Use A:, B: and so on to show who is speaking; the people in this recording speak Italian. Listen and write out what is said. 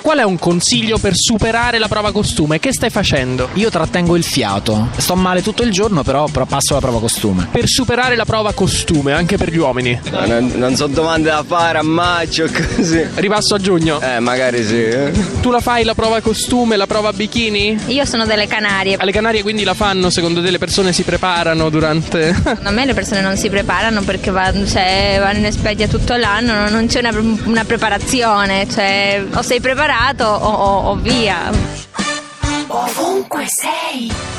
A: Qual è un consiglio per superare la prova costume? Che stai facendo?
B: Io trattengo il fiato. Sto male tutto il giorno, però, però passo la prova costume.
A: Per superare la prova costume, anche per gli uomini.
C: Non, non so domande da fare a maggio così.
A: Ripasso a giugno.
C: Eh, magari sì. eh.
A: Tu la fai la prova costume, la prova bikini?
D: Io sono delle Canarie.
A: Alle Canarie quindi la fanno, secondo te le persone si preparano durante...
D: Secondo me le persone non si preparano perché va- cioè, vanno in espeglia tutto l'anno, non- non c'è una, una preparazione, cioè o sei preparato o, o- o via.
E: Ovunque sei.